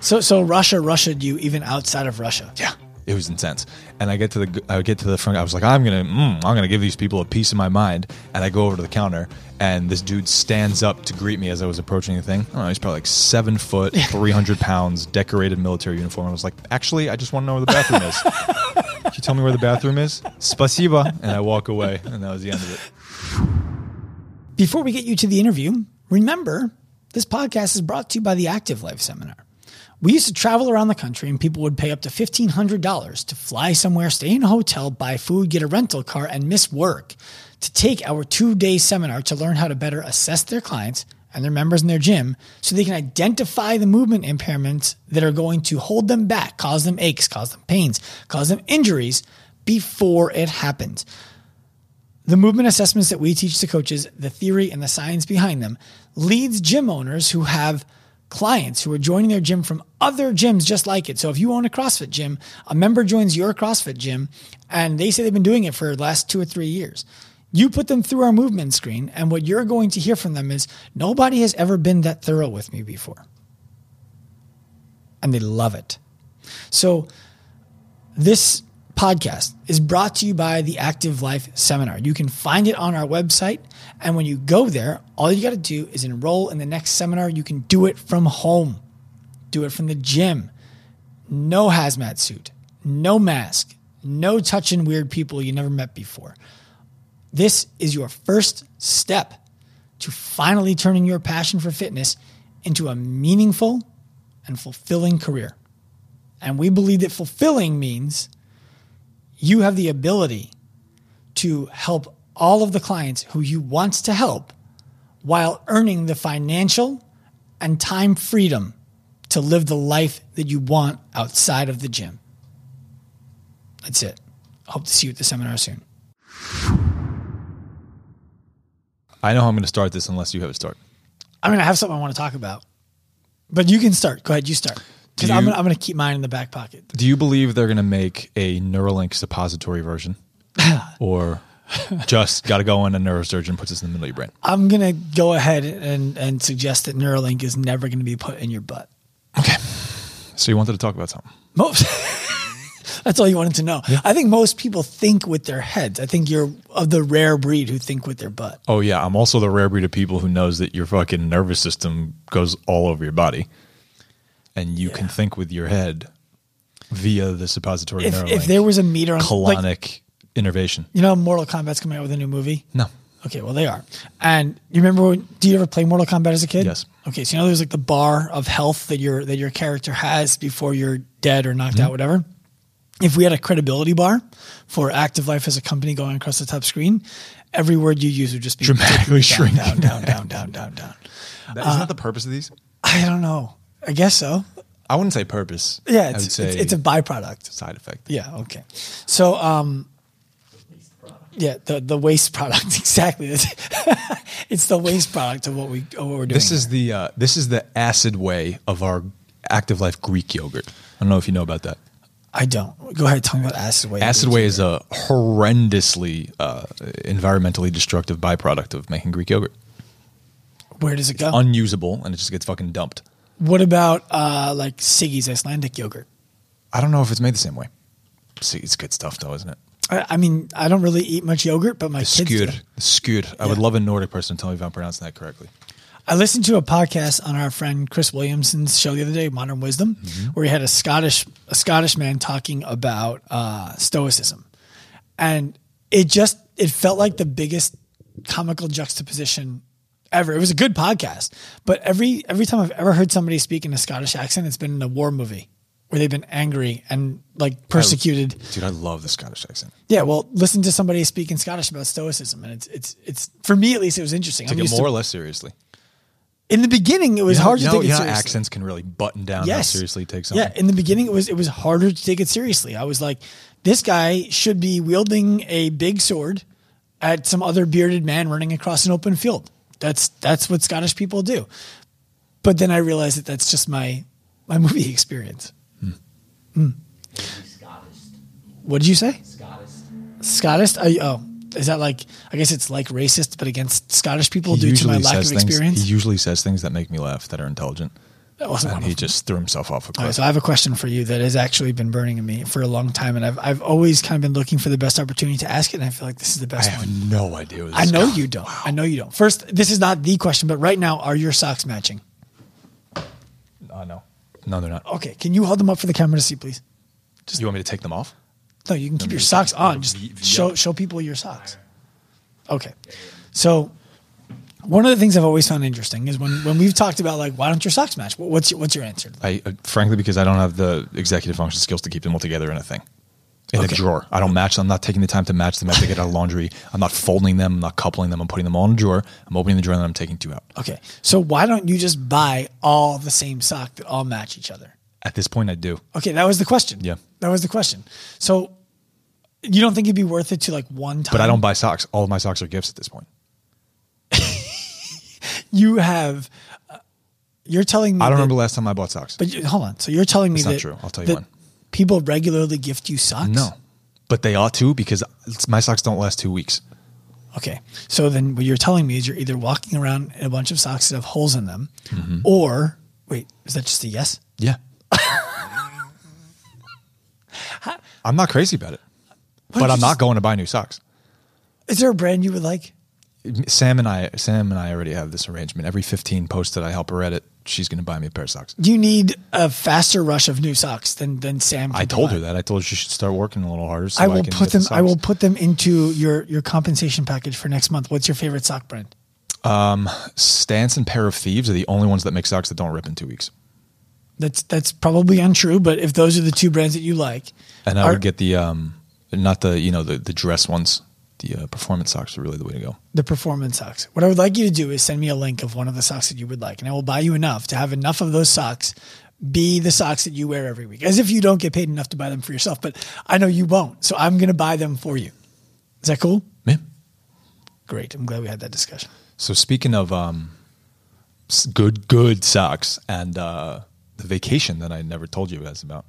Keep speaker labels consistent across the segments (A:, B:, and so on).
A: So, so Russia Russiaed you even outside of Russia.
B: Yeah, it was intense. And I get to the I get to the front. I was like, I'm gonna mm, I'm gonna give these people a piece of my mind. And I go over to the counter, and this dude stands up to greet me as I was approaching the thing. I don't know, he's probably like seven foot, three hundred pounds, decorated military uniform. I was like, actually, I just want to know where the bathroom is. Can you tell me where the bathroom is? Spasiba. And I walk away, and that was the end of it.
A: Before we get you to the interview, remember this podcast is brought to you by the Active Life Seminar. We used to travel around the country and people would pay up to $1,500 to fly somewhere, stay in a hotel, buy food, get a rental car, and miss work to take our two day seminar to learn how to better assess their clients and their members in their gym so they can identify the movement impairments that are going to hold them back, cause them aches, cause them pains, cause them injuries before it happens. The movement assessments that we teach to coaches, the theory and the science behind them, leads gym owners who have clients who are joining their gym from other gyms just like it. So if you own a CrossFit gym, a member joins your CrossFit gym and they say they've been doing it for the last two or three years. You put them through our movement screen, and what you're going to hear from them is nobody has ever been that thorough with me before. And they love it. So this podcast is brought to you by the Active Life Seminar. You can find it on our website. And when you go there, all you got to do is enroll in the next seminar. You can do it from home, do it from the gym. No hazmat suit, no mask, no touching weird people you never met before. This is your first step to finally turning your passion for fitness into a meaningful and fulfilling career. And we believe that fulfilling means you have the ability to help all of the clients who you want to help while earning the financial and time freedom to live the life that you want outside of the gym. That's it. Hope to see you at the seminar soon.
B: I know how I'm gonna start this unless you have a start.
A: I mean, I have something I want to talk about, but you can start. Go ahead, you start. Because
B: Do
A: I'm
B: you-
A: going to keep mine in the back pocket.
B: Do you believe they're going to make a Neuralink suppository version? or just got to go in a neurosurgeon puts this in the middle of your brain?
A: I'm going to go ahead and, and suggest that Neuralink is never going to be put in your butt.
B: So you wanted to talk about something.
A: Most. That's all you wanted to know. I think most people think with their heads. I think you're of the rare breed who think with their butt.
B: Oh, yeah. I'm also the rare breed of people who knows that your fucking nervous system goes all over your body and you can think with your head via the suppository
A: If,
B: Neuralink.
A: if there was a meter on
B: colonic
A: like,
B: innervation.
A: you know, Mortal Kombat's coming out with a new movie.
B: No.
A: Okay, well they are. And you remember? When, do you ever play Mortal Kombat as a kid?
B: Yes.
A: Okay, so you know there's like the bar of health that your that your character has before you're dead or
B: Mm-hmm.
A: knocked out, whatever. If we had a credibility bar for active life as a company going across the top screen, every word you use would just be
B: Dramatically
A: down,
B: shrinking.
A: down, down, down, down, down, down.
B: That, isn't that the purpose of these?
A: I don't know. I guess so.
B: I wouldn't say purpose.
A: Yeah,
B: I would
A: it's,
B: say
A: it's, it's a byproduct.
B: side effect.
A: Yeah. Okay. So, um, yeah, the, the waste product exactly. it's the waste product of what we of what we're doing.
B: This is the uh, this is the acid way of our active life Greek yogurt. I don't know if you know about that.
A: I don't go ahead. Tell me about acid way.
B: Acid way is a horrendously uh, environmentally destructive byproduct of making Greek yogurt.
A: Where does it go?
B: Unusable, and it just gets fucking dumped.
A: what about uh, like Siggy's Icelandic yogurt?
B: I don't know if it's made the same way. See, it's good stuff though, isn't it?
A: I, I mean, I don't really eat much yogurt, but my kids. do.
B: Skyr, skyr. I would
A: Yeah.
B: love a Nordic person to tell me if I'm pronouncing that correctly.
A: I listened to a podcast on our friend Chris Williamson's show the other day, Modern Wisdom, where he had a Scottish a Scottish man talking about uh, Stoicism, and it just it felt like the biggest comical juxtaposition ever. It was a good podcast, but every every time I've ever heard somebody speak in a Scottish accent, it's been in a war movie where they've been angry and like persecuted.
B: Dude, I love the Scottish accent.
A: yeah, well, listen to somebody speak in Scottish about Stoicism, and it's it's it's for me at least it was interesting. I'm
B: Take it
A: used to-
B: more or less seriously.
A: in the beginning, it was
B: You know-
A: hard
B: you
A: to
B: know-
A: take it
B: you know how
A: seriously.
B: accents can really button down
A: yes.
B: how seriously you take something.
A: Yeah, in the beginning it was it was harder to take it seriously. I was like, this guy should be wielding a big sword at some other bearded man running across an open field. That's that's what Scottish people do. But then I realized that that's just my my movie experience. What did you say? Scottish. Are you, oh, is that like? I guess it's like racist, but against Scottish people
B: He
A: due to my
B: usually
A: lack of
B: says things-
A: experience.
B: He usually says things that make me laugh that are intelligent.
A: That wasn't one
B: and
A: of
B: he just threw himself off a
A: All right,
B: cliff.
A: so I have a question for you that has actually been burning in me for a long time, and I've I've always kind of been looking for the best opportunity to ask it, and I feel like this is the
B: I
A: best one.
B: have no idea. Where this
A: I
B: is
A: know
B: going.
A: you don't. I know you don't. First, this is not the question, but right now, are your socks matching? Oh,
B: Uh, no, no, they're not.
A: Okay, can you hold them up for the camera to see, please?
B: you want me to take them off?
A: No, you can keep your
B: just
A: socks on.
B: v-
A: Just
B: v up.
A: show show people your socks. Okay, so one of the things I've always found interesting is when when we've talked about like why don't your socks match? What- What's your, what's your answer? to that?
B: I uh, frankly because I don't have the executive function skills to keep them all together in a thing. In
A: Okay.
B: a drawer. I don't match them. I'm not taking the time to match them. I have to get out of laundry. I'm not folding them. I'm not coupling them. I'm putting them all in a drawer. I'm opening the drawer and I'm taking two out.
A: Okay, so why don't you just buy all the same sock that all match each other?
B: At this point, I do.
A: Okay, that was the question.
B: Yeah.
A: that was the question. So you don't think it'd be worth it to like one time?
B: But I don't buy socks. All of my socks are gifts at this point.
A: You have. uh, you're telling me.
B: I don't
A: that-
B: remember the last time I bought socks.
A: But you, hold on. So you're telling me
B: It's not
A: that
B: true. I'll tell you
A: that
B: when.
A: People regularly gift you socks.
B: no. But they ought to because it's- my socks don't last two weeks.
A: Okay. So then what you're telling me is you're either walking around in a bunch of socks that have holes in them,
B: Mm-hmm.
A: or wait, is that just a yes?
B: Yeah. I'm not crazy about it.
A: Why
B: but
A: don't
B: I'm
A: you
B: not
A: just-
B: going to buy new socks.
A: Is there a brand you would like?
B: Sam and I, Sam and I already have this arrangement. Every 15 posts that I help her edit, she's going to buy me a pair of socks.
A: You need a faster rush of new socks than than Sam. Can
B: I told her
A: provide.
B: that. I told her she should start working a little harder. So
A: I will
B: can
A: put
B: get
A: them.
B: the
A: I
B: socks.
A: will put them into your your compensation package for next month. What's your favorite sock brand?
B: Stance and pair of thieves are the only ones that make socks that don't rip in two weeks.
A: That's that's probably untrue, but if those are the two brands that you like,
B: And I
A: are-
B: would get the um, not the you know the the dress ones. The uh, performance socks are really the way to go.
A: the performance socks. What I would like you to do is send me a link of one of the socks that you would like, and I will buy you enough to have enough of those socks be the socks that you wear every week. As if you don't get paid enough to buy them for yourself, but I know you won't, so I'm going to buy them for you. Is that cool?
B: Yeah.
A: Great. I'm glad we had that discussion.
B: So speaking of um, s- good good socks and uh, the vacation that I never told you guys about.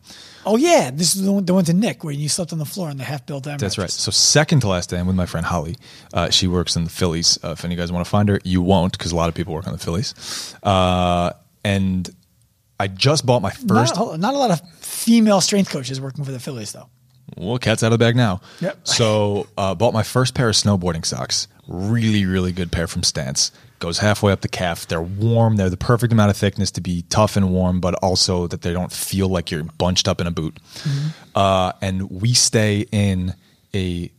A: Oh yeah, this is the one, the one to Nick where you slept on the floor in the half-built.
B: That's right. So second to last day, I'm with my friend Holly. Uh, she works in the Phillies. Uh, if any of you guys want to find her, you won't because a lot of people work on the Phillies. Uh, and I just bought my first.
A: Not, hold on, not a lot of female strength coaches working for the Phillies though.
B: Well, cat's out of the bag now.
A: Yep.
B: So uh, bought my first pair of snowboarding socks. Really, really good pair from Stance. Goes halfway up the calf. They're warm. They're the perfect amount of thickness to be tough and warm, but also that they don't feel like you're bunched up in a boot. Uh, and we stay in a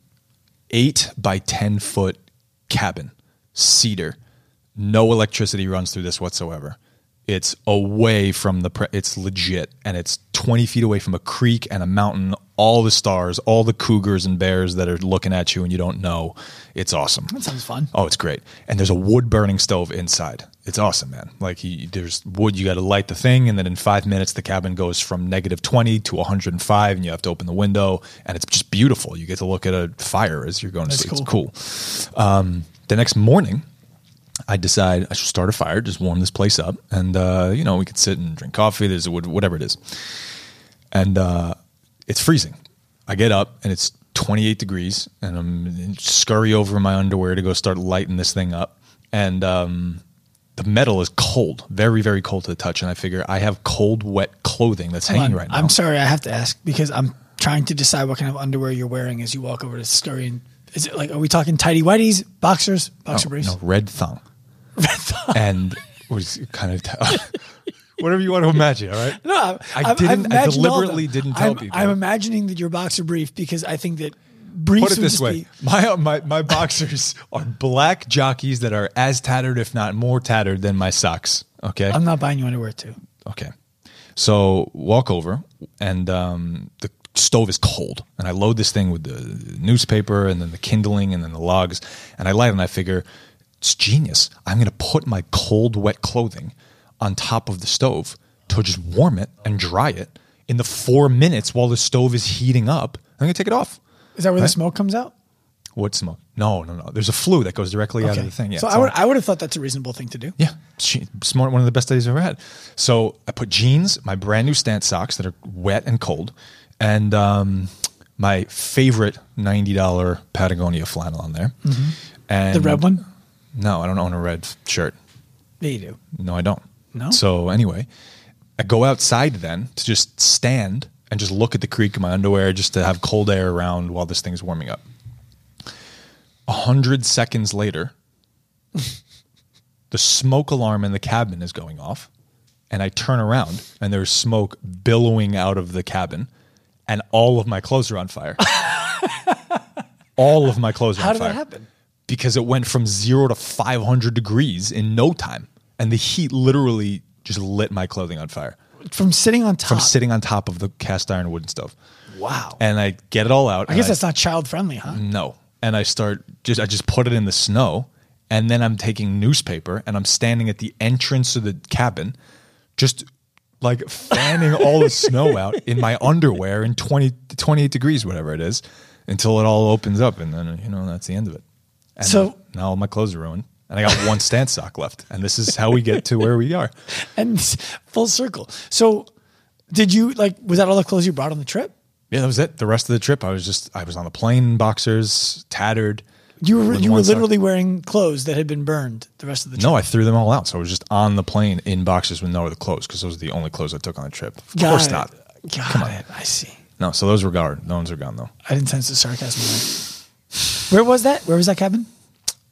B: eight by ten foot cabin, cedar. No electricity runs through this whatsoever. It's away from the. Pre- it's legit, and it's twenty feet away from a creek and a mountain. All the stars, all the cougars and bears that are looking at you, and you don't know. It's awesome.
A: That sounds fun.
B: Oh, it's great. And there's a wood burning stove inside. It's awesome, man. Like he, there's wood, you got to light the thing, and then in five minutes the cabin goes from negative twenty to 105, and you have to open the window, and it's just beautiful. You get to look at a fire as you're going to
A: That's
B: sleep. It's cool. Um, the next morning, I decide I should start a fire, just warm this place up, and uh, you know we could sit and drink coffee. There's a wood, whatever it is, and uh, it's freezing. I get up and it's 28 degrees, and I'm scurry over in my underwear to go start lighting this thing up, and um, the metal is cold, very very cold to the touch, and I figure I have cold wet clothing that's
A: Hold
B: hanging
A: on.
B: right now.
A: I'm sorry, I have to ask because I'm trying to decide what kind of underwear you're wearing as you walk over to Scurry. And is it like, are we talking tidy whities, boxers, boxer
B: Oh,
A: briefs?
B: No, red thong. and was kind of whatever you want to imagine. All right.
A: No, I'm,
B: I
A: I'm- I'm
B: didn't-
A: imagining
B: I
A: all of
B: deliberately
A: them.
B: didn't tell
A: I'm,
B: people.
A: I'm imagining that your boxer brief because I think that briefs
B: Put it
A: would
B: this
A: just
B: way:
A: be-
B: my uh, my my boxers are black jockeys that are as tattered, if not more tattered, than my socks. Okay.
A: I'm not buying you underwear too.
B: Okay. So walk over, and um, the stove is cold. And I load this thing with the newspaper, and then the kindling, and then the logs. And I light, it and I figure it's genius. I'm going to put my cold, wet clothing on top of the stove to just warm it and dry it in the four minutes while the stove is heating up. I'm going to take it off.
A: Is that where the smoke comes out?
B: What smoke? No, no, no. There's a flue that goes directly out of the thing. Yeah,
A: so
B: it's
A: I
B: all-
A: would, I would have thought that's a reasonable thing to do.
B: yeah, she, smart. One of the best days I've ever had. So I put jeans, my brand new stance socks that are wet and cold, and um, my favorite ninety dollar Patagonia flannel on there. And
A: Mm-hmm. The red one?
B: No, I don't own a red f- shirt.
A: Yeah, you do.
B: No, I don't.
A: No?
B: So anyway, I go outside then to just stand and just look at the creek in my underwear just to have cold air around while this thing's warming up. A hundred seconds later, the smoke alarm in the cabin is going off, and I turn around and there's smoke billowing out of the cabin, and all of my clothes are on fire. all of my clothes are
A: How
B: on
A: did
B: fire
A: that happen?
B: because it went from zero to 500 degrees in no time. And the heat literally just lit my clothing on fire
A: From sitting on top.
B: from sitting on top of the cast iron wooden stove.
A: wow.
B: And I get it all out.
A: I guess that's not child friendly, huh?
B: No. And I start just I just put it in the snow and then I'm taking newspaper and I'm standing at the entrance of the cabin just like fanning all the snow out in my underwear in 20 28 degrees whatever it is until it all opens up and then you know that's the end of it. And
A: So-
B: now all my clothes are ruined and I got one stance sock left and this is how we get to where we are.
A: And full circle. So, did you like? Was that all the clothes you brought on the trip?
B: Yeah, that was it. The rest of the trip I was just I was on the plane boxers, tattered.
A: You were
B: with
A: you were
B: one sock-
A: literally wearing clothes that had been burned the rest of the trip.
B: No, I threw them all out. So I was just on the plane in boxes with no other clothes because those are the only clothes I took on the trip. Of
A: Got
B: course
A: it.
B: not.
A: Got it. I see.
B: No, so those were gone. Those are gone though.
A: I didn't sense the sarcasm. There. Where was that? Where was that cabin?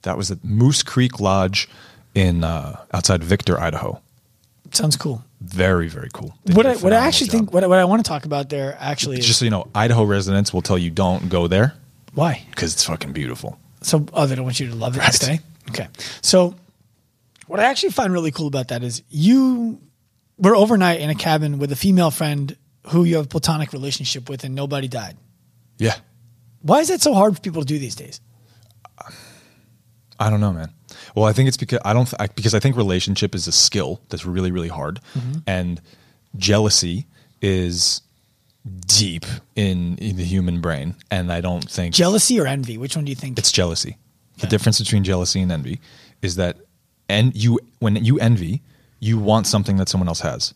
B: That was at Moose Creek Lodge in uh, outside Victor, Idaho.
A: Sounds cool.
B: Very very cool. They
A: What I,
B: did a
A: what I
B: phenomenal
A: actually
B: job.
A: think what, I- what I want to talk about there actually is
B: Just so you know, Idaho residents will tell you don't go there
A: why.
B: because it's fucking beautiful.
A: So oh, they don't want you to love it and stay. Okay. So what I actually find really cool about that is you were overnight in a cabin with a female friend who you have a platonic relationship with, and nobody died.
B: Yeah,
A: Why is that so hard for people to do these days?
B: I don't know, man. Well, I think it's because I don't th- I, because I think relationship is a skill that's really really hard, and jealousy is deep in, in the human brain, and I don't think
A: Jealousy or envy? Which one do you think?
B: it's jealousy. The
A: Okay.
B: difference between jealousy and envy is that and you when you envy, you want something that someone else has.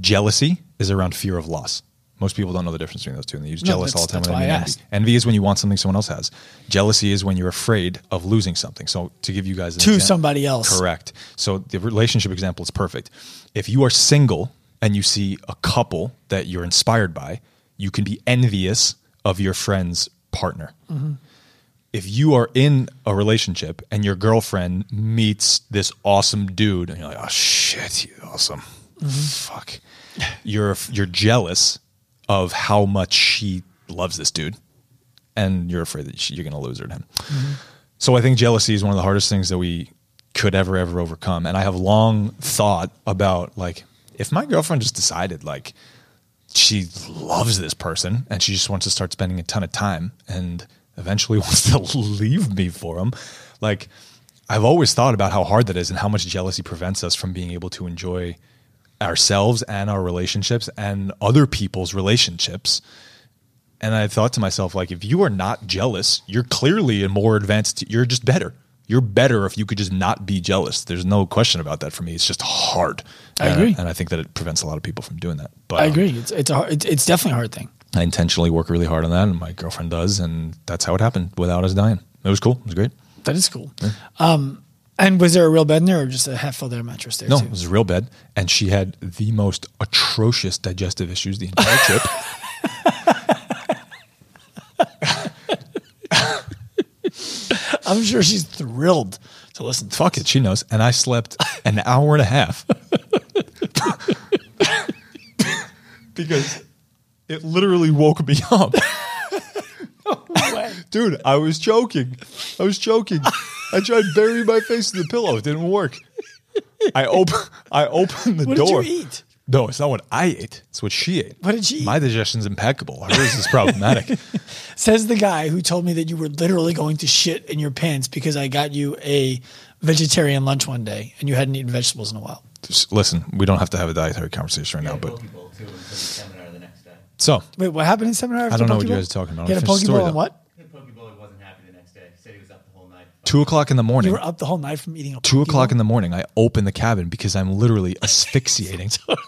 B: Jealousy is around fear of loss. Most people don't know the difference between those two, and they use
A: No,
B: jealous all the time.
A: that's-
B: when
A: that's why I
B: they mean envy.
A: asked.
B: envy is when you want something someone else has. Jealousy is when you're afraid of losing something. So to give you guys an
A: To
B: example-
A: somebody else.
B: correct. So the relationship example is perfect. If you are single and you see a couple that you're inspired by, you can be envious of your friend's partner if you are in a relationship and your girlfriend meets this awesome dude and you're like, oh shit, he's awesome. Fuck. You're you're jealous of how much she loves this dude, and you're afraid that she, you're going to lose her to him. So I think jealousy is one of the hardest things that we could ever ever overcome. And I have long thought about like if my girlfriend just decided like she loves this person and she just wants to start spending a ton of time and eventually wants to leave me for him. Like, I've always thought about how hard that is and how much jealousy prevents us from being able to enjoy ourselves and our relationships and other people's relationships. And I thought to myself, like, if you are not jealous, you're clearly a more advanced, you're just better. You're better if you could just not be jealous. There's no question about that for me. It's just hard.
A: I
B: And
A: agree.
B: And I think that it prevents a lot of people from doing that. But
A: I
B: um,
A: agree. It's it's a hard, it's, it's definitely a hard thing.
B: I intentionally work really hard on that, and my girlfriend does, and that's how it happened without us dying. It was cool. It was great.
A: That is cool. Um, and was there a real bed in there, or just a half filled air mattress there?
B: No,
A: too?
B: it was a real bed, and she had the most atrocious digestive issues the entire trip.
A: I'm sure she's thrilled to listen. To
B: Fuck it, she knows. And I slept an hour and a half because it literally woke me up.
A: way.
B: Dude, I was joking. I was joking. I tried burying my face in the pillow. It didn't work. I open. I opened the
A: What did you
B: door.
A: eat?
B: No, it's not what I ate. It's what she ate.
A: What did she eat?
B: My digestion's impeccable. Hers is problematic.
A: Says the guy who told me that you were literally going to shit in your pants because I got you a vegetarian lunch one day and you hadn't eaten vegetables in a while.
B: Just listen, we don't have to have a dietary conversation right now, but
C: Poke Bowl, too, and took the seminar the next day.
B: so
A: Wait, what happened in seminar? After
B: don't know what
A: Pokeball?
B: you guys are talking about.
A: You
B: I'll
A: had a
B: finish the story,
A: Pokeball and
B: though.
A: what?
C: The Poke Bowl, he wasn't happy the next day. He said he was up the whole night.
B: two o'clock in the morning.
A: You were up the whole night from eating a
B: two o'clock
A: Pokeball?
B: in the morning, I open the cabin because I'm literally asphyxiating.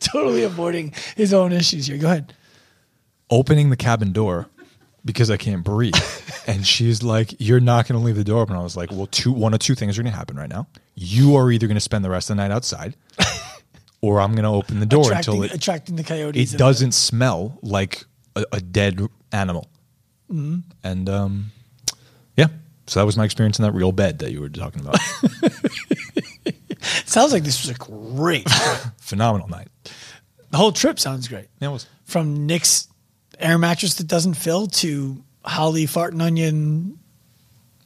A: totally avoiding his own issues here. Go ahead.
B: opening the cabin door because I can't breathe. and she's like, You're not gonna leave the door open. I was like, Well, two one of two things are gonna happen right now. You are either gonna spend the rest of the night outside or I'm going to open the door
A: attracting,
B: until it,
A: attracting the coyotes.
B: it
A: and-
B: doesn't smell like a, a dead animal. And um, yeah, so that was my experience in that real bed that you were talking about.
A: Sounds like this was a great. trip.
B: Phenomenal night.
A: the whole trip sounds great.
B: That was
A: From Nick's air mattress that doesn't fill to Holly farting on you. And,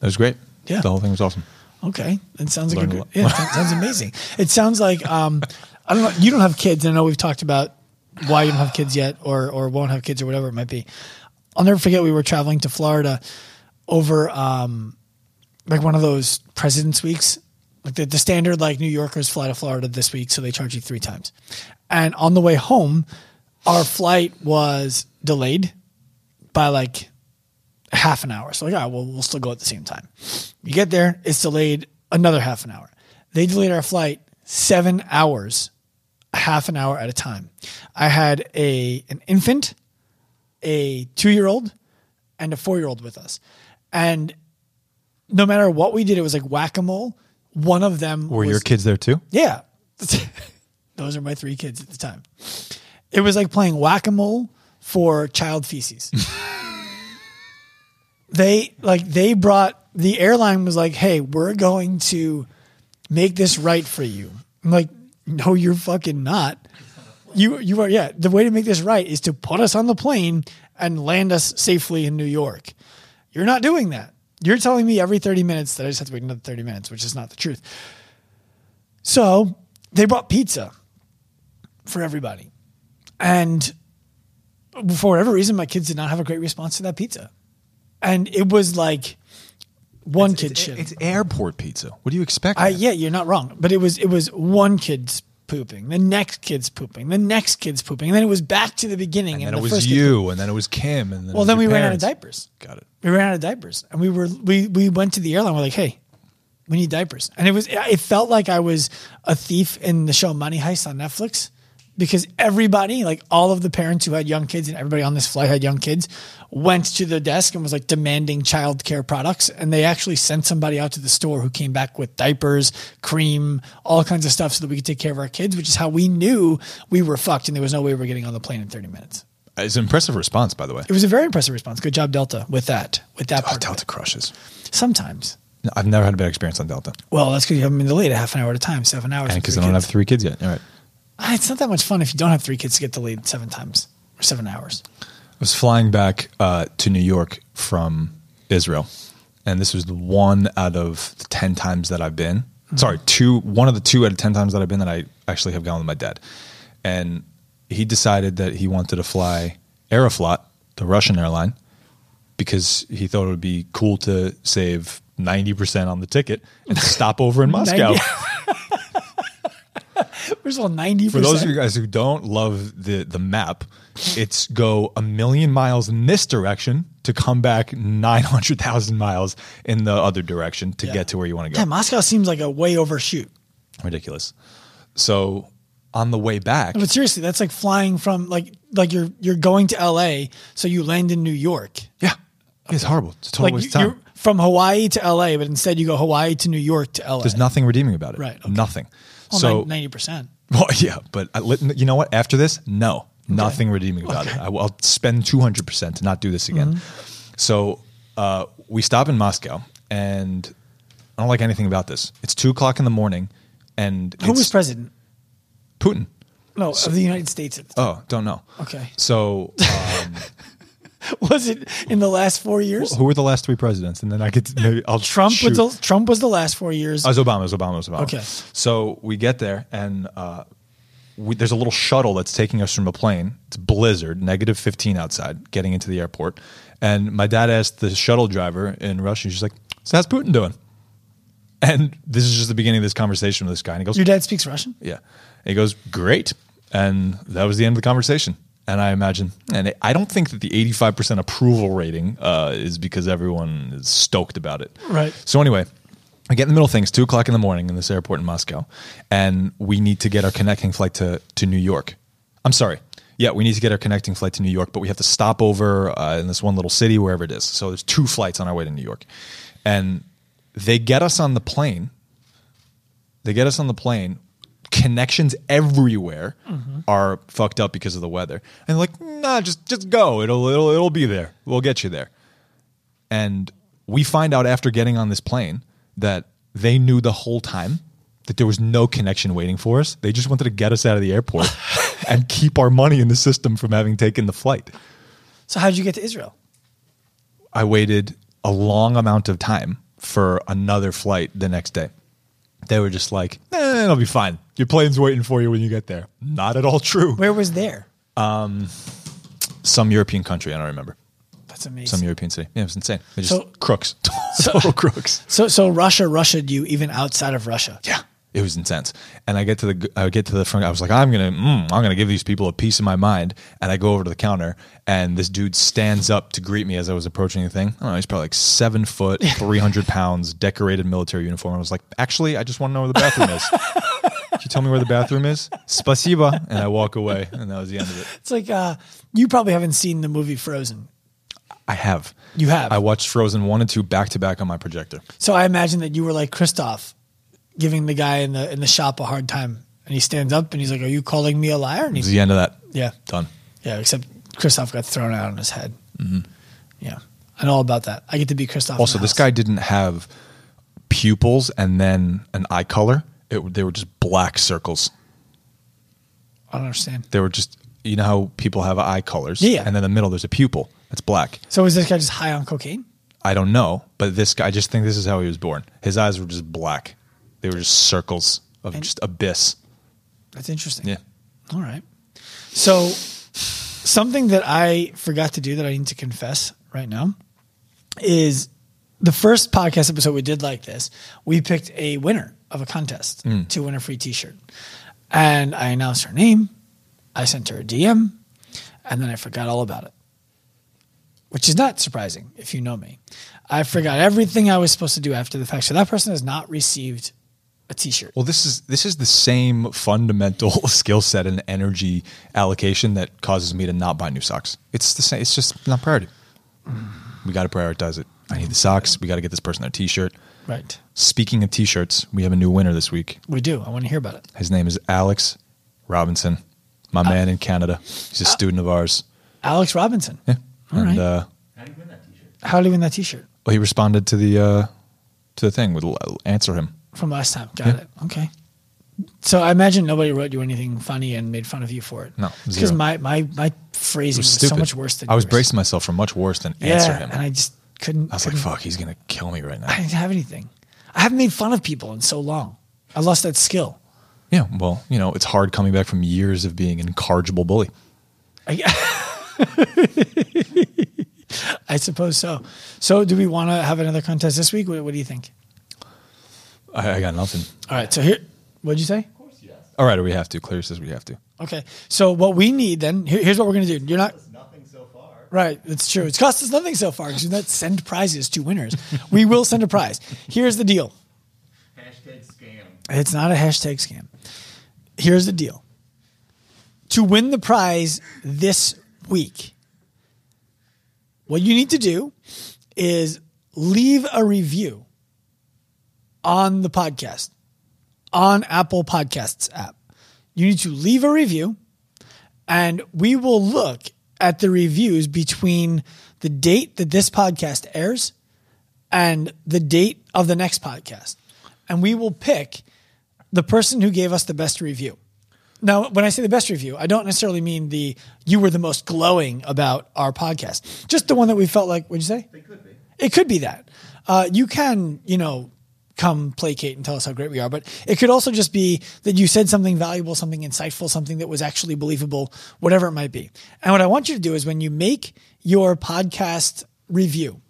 B: that was great.
A: Yeah.
B: the whole thing was awesome.
A: okay, that sounds like a
B: Learned a
A: good,
B: lot.
A: yeah, that sounds amazing. It sounds like um, I don't know. You don't have kids, and I know we've talked about why you don't have kids yet, or or won't have kids, or whatever it might be. I'll never forget we were traveling to Florida over um, like one of those president's weeks. Like the, the standard, like New Yorkers fly to Florida this week, so they charge you three times. And on the way home, our flight was delayed by like half an hour. So like, ah, well, we'll still go at the same time. You get there, it's delayed another half an hour. They delayed our flight seven hours, half an hour at a time. I had a an infant, a two year old, and a four year old with us, and no matter what we did, it was like whack a mole. One of them
B: Were
A: was,
B: your kids there too?
A: yeah. Those are my three kids at the time. It was like playing whack a mole for child feces. they like they brought the airline was like, hey, we're going to make this right for you. I'm like, no, you're fucking not. You you are yeah. The way to make this right is to put us on the plane and land us safely in New York. You're not doing that. You're telling me every 30 minutes that I just have to wait another 30 minutes, which is not the truth. So they brought pizza for everybody. And for whatever reason, my kids did not have a great response to that pizza. And it was like one kid
B: It's,
A: shit.
B: it's airport pizza. What do you expect?
A: I,
B: man?
A: yeah, you're not wrong. But it was it was one kid's pooping, the next kid's pooping, the next kid's pooping, and then it was back to the beginning.
B: and
A: And,
B: then
A: the
B: it was
A: first kid-
B: you, and then it was Kim, and then it
A: well,
B: was
A: then we
B: your
A: ran out of
B: parents.
A: diapers.
B: Got it.
A: We ran out of diapers, and we were we we went to the airline. We're like, hey, we need diapers, and it was it felt like I was a thief in the show Money Heist on Netflix because everybody, like all of the parents who had young kids, and everybody on this flight had young kids, went to the desk and was like demanding child care products, and they actually sent somebody out to the store who came back with diapers, cream, all kinds of stuff, so that we could take care of our kids, which is how we knew we were fucked, and there was no way we were getting on the plane in thirty minutes.
B: It's an impressive response, by the way.
A: It was a very impressive response. Good job, Delta, with that. With that
B: Oh,
A: part. of
B: Delta crushes.
A: it. Sometimes.
B: No, I've never had a bad experience on Delta,
A: Well, that's because you haven't been delayed a half an hour at a time, seven hours.
B: and
A: with
B: because I
A: three
B: don't have
A: kids.
B: three kids yet. All right,
A: Ah, It's not that much fun if you don't have three kids to get delayed seven times or seven hours.
B: I was flying back uh, to New York from Israel, and this was the one out of the ten times that I've been. Sorry, two. One of the two out of ten times that I've been that I actually have gone with my dad, and he decided that he wanted to fly Aeroflot, the Russian airline, because he thought it would be cool to save ninety percent on the ticket and stop over in Moscow.
A: 90 First of all, 90%.
B: For those of you guys who don't love the the map, it's go a million miles in this direction to come back nine hundred thousand miles in the other direction to
A: Yeah.
B: get to where you want to go.
A: yeah, Moscow seems like a way overshoot.
B: Ridiculous. So on the way back,
A: But seriously, that's like flying from like like you're you're going to LA, so you land in New York.
B: yeah, it's horrible. It's a total
A: Like
B: waste of
A: you're
B: time.
A: from Hawaii to LA, but instead you go Hawaii to New York to LA.
B: There's nothing redeeming about it.
A: Right, okay.
B: Nothing.
A: Well,
B: so
A: ninety percent.
B: well, yeah, but I, let- you know what? After this, no, nothing redeeming about it. I will, I'll spend 200% to not do this again.
A: Mm-hmm.
B: So uh, we stop in Moscow, and I don't like anything about this. It's two o'clock in the morning, and
A: Who
B: it's
A: was president?
B: Putin.
A: No, of the United States at the
B: Oh, don't know.
A: Okay.
B: So um,
A: Was it in the last four years?
B: who were the last three presidents? And then I could maybe I'll
A: Trump
B: shoot. Uh,
A: was the, Trump was the last four years.
B: I was Obama. It was Obama. It was Obama.
A: Okay.
B: So we get there, and uh, we, there's a little shuttle that's taking us from the plane. It's blizzard, negative 15 outside, getting into the airport. And my dad asked the shuttle driver in Russian, she's like, So how's Putin doing? And this is just the beginning of this conversation with this guy. And he goes,
A: Your dad speaks Russian.
B: yeah. And he goes, Great. And that was the end of the conversation. And I imagine, and I don't think that the 85% approval rating uh, is because everyone is stoked about it.
A: Right.
B: So, anyway, I get in the middle of things, two o'clock in the morning in this airport in Moscow, and we need to get our connecting flight to, to New York. I'm sorry. Yeah, we need to get our connecting flight to New York, but we have to stop over uh, in this one little city, wherever it is. So, there's two flights on our way to New York. And they get us on the plane they get us on the plane connections everywhere are fucked up because of the weather. And like, nah, just just go. It'll it'll it'll be there. We'll get you there. And we find out after getting on this plane that they knew the whole time that there was no connection waiting for us. They just wanted to get us out of the airport and keep our money in the system from having taken the flight.
A: So how'd you get to Israel?
B: I waited a long amount of time for another flight the next day. They were just like, eh, it'll be fine. Your plane's waiting for you when you get there. Not at all true.
A: Where was there?
B: Some European country, I don't remember.
A: That's
B: Some
A: amazing.
B: European city. Yeah, it was insane. They just
A: So-
B: crooks. Total crooks.
A: So so Russia Russia'd you even outside of Russia.
B: Yeah, it was intense. And I get to the I get to the front. I was like, I'm gonna mm, I'm gonna give these people a piece of my mind. And I go over to the counter, and this dude stands up to greet me as I was approaching the thing. I don't know, he's probably like seven foot, three hundred pounds, decorated military uniform. I was like, actually, I just want to know where the bathroom is. Can you tell me where the bathroom is? Spasiba. And I walk away, and that was the end of it.
A: It's like uh, you probably haven't seen the movie Frozen.
B: I have.
A: You have.
B: I watched Frozen one and two back to back on my projector.
A: So I imagine that you were like Kristoff, giving the guy in the in the shop a hard time, and he stands up and he's like, "Are you calling me a liar?" And
B: It was
A: he's
B: the end of that.
A: yeah,
B: Done.
A: yeah. Except Kristoff got thrown out on his head. Yeah, I know all about that. I get to be Kristoff. in
B: Mm-hmm. Also,
A: the
B: this
A: house.
B: guy didn't have pupils and then an eye color. It, they were just black circles.
A: I don't understand.
B: They were just, you know how people have eye colors?
A: Yeah, yeah.
B: And then the middle, there's a pupil that's black.
A: So is this guy just high on cocaine?
B: I don't know, but this guy, I just think this is how he was born. His eyes were just black. They were just circles of
A: And-
B: just abyss.
A: That's interesting.
B: Yeah.
A: All right. So something that I forgot to do that I need to confess right now is the first podcast episode we did like this, we picked a winner of a contest to win a free t-shirt. And I announced her name, I sent her a DM, and then I forgot all about it. Which is not surprising if you know me. I forgot everything I was supposed to do after the fact. So that person has not received a t-shirt.
B: Well, this is this is the same fundamental skill set and energy allocation that causes me to not buy new socks. It's the same. It's just not priority. We got to prioritize it. I need the socks. We got to get this person their T-shirt.
A: Right.
B: Speaking of T-shirts, we have a new winner this week.
A: We do. I want to hear about it.
B: His name is Alex Robinson, my
A: Uh.
B: man in Canada. He's a student of ours,
A: Alex Robinson. Uh. All
B: and
A: right.
B: uh,
C: How do you win that T-shirt?
A: How do you win that T-shirt
B: well, he responded to the uh, to the thing with uh, answer him.
A: from last time? Got it. Okay. So I imagine nobody wrote you anything funny and made fun of you for it.
B: No,
A: because
B: zero.
A: my my my
B: It
A: phrasing
B: was
A: was,
B: stupid.
A: so much worse than
B: I was
A: yours.
B: bracing myself for much worse than
A: Yeah,
B: answer him.
A: and I just couldn't.
B: I was like,
A: couldn't-
B: "Fuck, he's gonna kill me right now."
A: I didn't have anything. I haven't made fun of people in so long. I lost that skill.
B: Yeah, well, you know, it's hard coming back from years of being an incorrigible bully.
A: I, I suppose so. So, do we want to have another contest this week? What, what do you think?
B: I, I got nothing.
A: All right. So here, what'd you say?
C: Of course he does.
B: All right, we have to. Claire says we have to.
A: Okay. So what we need then? Here, here's what we're gonna do. You're not
C: It's nothing so far.
A: Right, that's true. It's cost us nothing so far because we don't send prizes to winners. we will send a prize. Here's the deal.
C: Hashtag scam.
A: It's not a hashtag scam. Here's the deal. To win the prize this week, what you need to do is leave a review on the podcast, on Apple Podcasts app. You need to leave a review, and we will look at the reviews between the date that this podcast airs and the date of the next podcast. And we will pick the person who gave us the best review. Now, when I say the best review, I don't necessarily mean the you were the most glowing about our podcast, just the one that we felt like, what'd you say?
C: They could be.
A: It could be that. Uh, you can, you know, come placate and tell us how great we are, but it could also just be that you said something valuable, something insightful, something that was actually believable, whatever it might be. And what I want you to do is when you make your podcast review,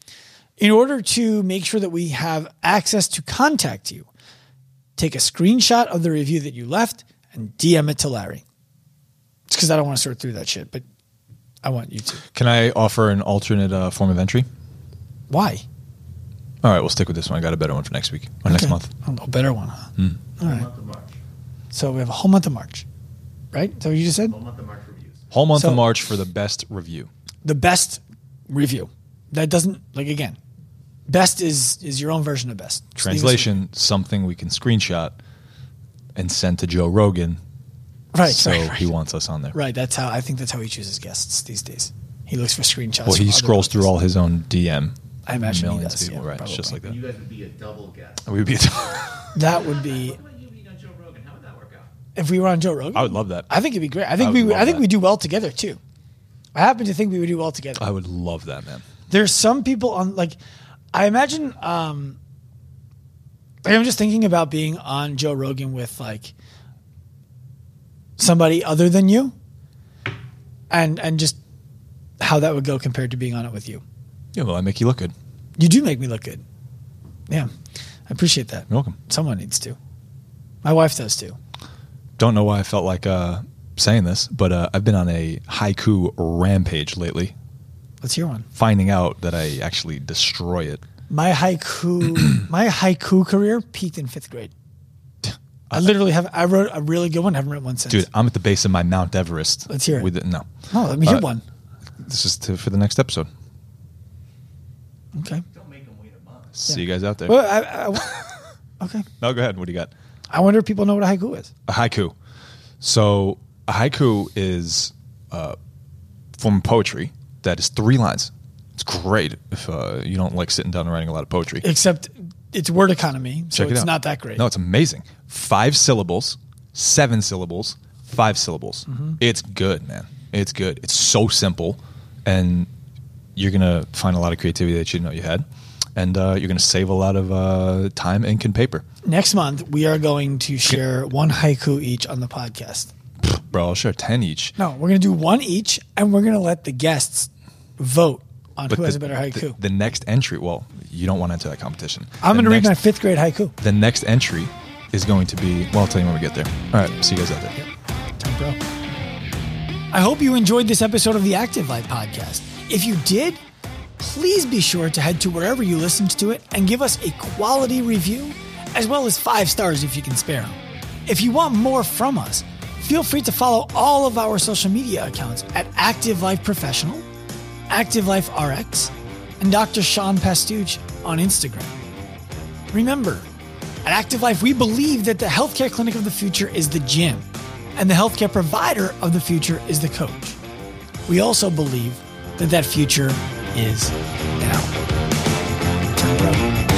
A: in order to make sure that we have access to contact you, take a screenshot of the review that you left and DM it to Larry. It's because I don't want to sort through that shit, but I want you to.
B: Can I offer an alternate uh, form of entry?
A: Why?
B: All right, we'll stick with this one. I got a better one for next week or next
A: Okay.
B: month.
A: Oh, A better one, huh? All
C: Whole
A: right.
C: month of March.
A: So we have a whole month of March, right? So you just said
C: Whole month of March reviews.
B: Whole month
A: So-
B: of March for the best review.
A: the best review. That doesn't like again. Best is is your own version of best. Just leave us-
B: Translation: something we can screenshot and sent to Joe Rogan.
A: Right.
B: so
A: right, right.
B: he wants us on there.
A: Right. That's how I think that's how he chooses guests these days. He looks for screenshots.
B: Well,
A: from
B: he
A: other
B: scrolls through
A: podcasts.
B: all his own DM.
A: I imagine he
B: millions
A: does,
B: of people,
A: yeah,
B: right? It's just like
A: probably.
B: that.
C: You guys would be a double guest.
B: We'd be.
A: That would be
C: What about you being on Joe Rogan? How would that work out?
A: if we were on Joe Rogan.
B: I would love that.
A: I think it'd be great. I think
B: would
A: we. Would,
B: love
A: I think
B: that.
A: we do well together too. I happen to think we would do well together.
B: I would love that, man.
A: There's some people on like, I imagine. um like, I'm just thinking about being on Joe Rogan with like somebody other than you, and and just how that would go compared to being on it with you.
B: Yeah, well, I make you look good.
A: You do make me look good. Yeah, I appreciate that.
B: You're welcome.
A: Someone needs to. My wife does too.
B: Don't know why I felt like uh, saying this, but uh, I've been on a haiku rampage lately,
A: Let's hear one.
B: finding out that I actually destroy it.
A: My haiku, my haiku career peaked in fifth grade. I literally have. I wrote a really good one. Haven't written one since.
B: Uh, Dude, I'm at the base of my Mount Everest.
A: Let's hear it.
B: With it. No.
A: no, let me hear
B: Uh,
A: one.
B: This is to, for the next episode.
A: Okay.
C: Don't make them wait a month.
B: See you guys out there.
A: Well, I, I- okay.
B: No, go ahead. What do you got?
A: I wonder if people know what a haiku is.
B: A haiku. So a haiku is uh, form of poetry that is three lines. It's great if uh, you don't like sitting down and writing a lot of poetry.
A: Except it's word economy, so
B: Check it
A: it's
B: out.
A: not that great.
B: No, it's amazing. Five syllables, seven syllables, five syllables.
A: Mm-hmm.
B: It's good, man. It's good. It's so simple, and you're gonna find a lot of creativity that you didn't know you had, and uh, you're gonna save a lot of uh, time, ink, and paper.
A: Next month we are going to share one haiku each on the podcast.
B: Bro, I'll share ten each.
A: No, we're gonna do one each, and we're gonna let the guests vote on who has a better haiku.
B: The, the next entry. Well, you don't want to enter that competition.
A: I'm
B: The
A: gonna read my
B: next-
A: fifth grade haiku.
B: The next entry is going to be. Well, I'll tell you when we get there. All right. See you guys out there.
A: Time, bro. I hope you enjoyed this episode of the Active Life podcast. If you did, please be sure to head to wherever you listened to it and give us a quality review, as well as five stars if you can spare them. If you want more from us, feel free to follow all of our social media accounts at Active Life Professional, Active Life RX, and Dr. Sean Pastuch on Instagram. Remember, at Active Life, we believe that the healthcare clinic of the future is the gym, and the healthcare provider of the future is the coach. We also believe that that future is now. Time, bro.